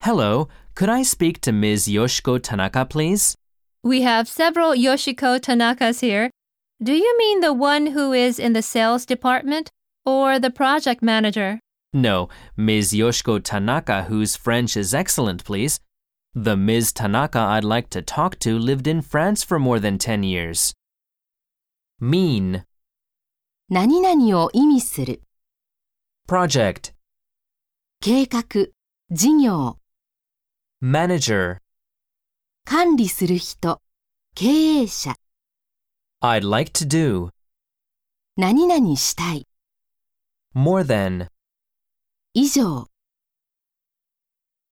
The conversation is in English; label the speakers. Speaker 1: Hello, could I speak to Ms. Yoshiko Tanaka, please?
Speaker 2: We have several Yoshiko Tanakas here. Do you mean the one who is in the sales department or the project manager?
Speaker 1: No, Ms. Yoshiko Tanaka, whose French is excellent, please. The Ms. Tanaka I'd like to talk to lived in France for more than 10 years. Mean,
Speaker 3: 何々を意味する、
Speaker 1: project,
Speaker 3: 計画、事業、
Speaker 1: manager.
Speaker 3: 管理する人、経営者、
Speaker 1: I'd like to do,
Speaker 3: 何々したい、
Speaker 1: more than,
Speaker 3: 以上。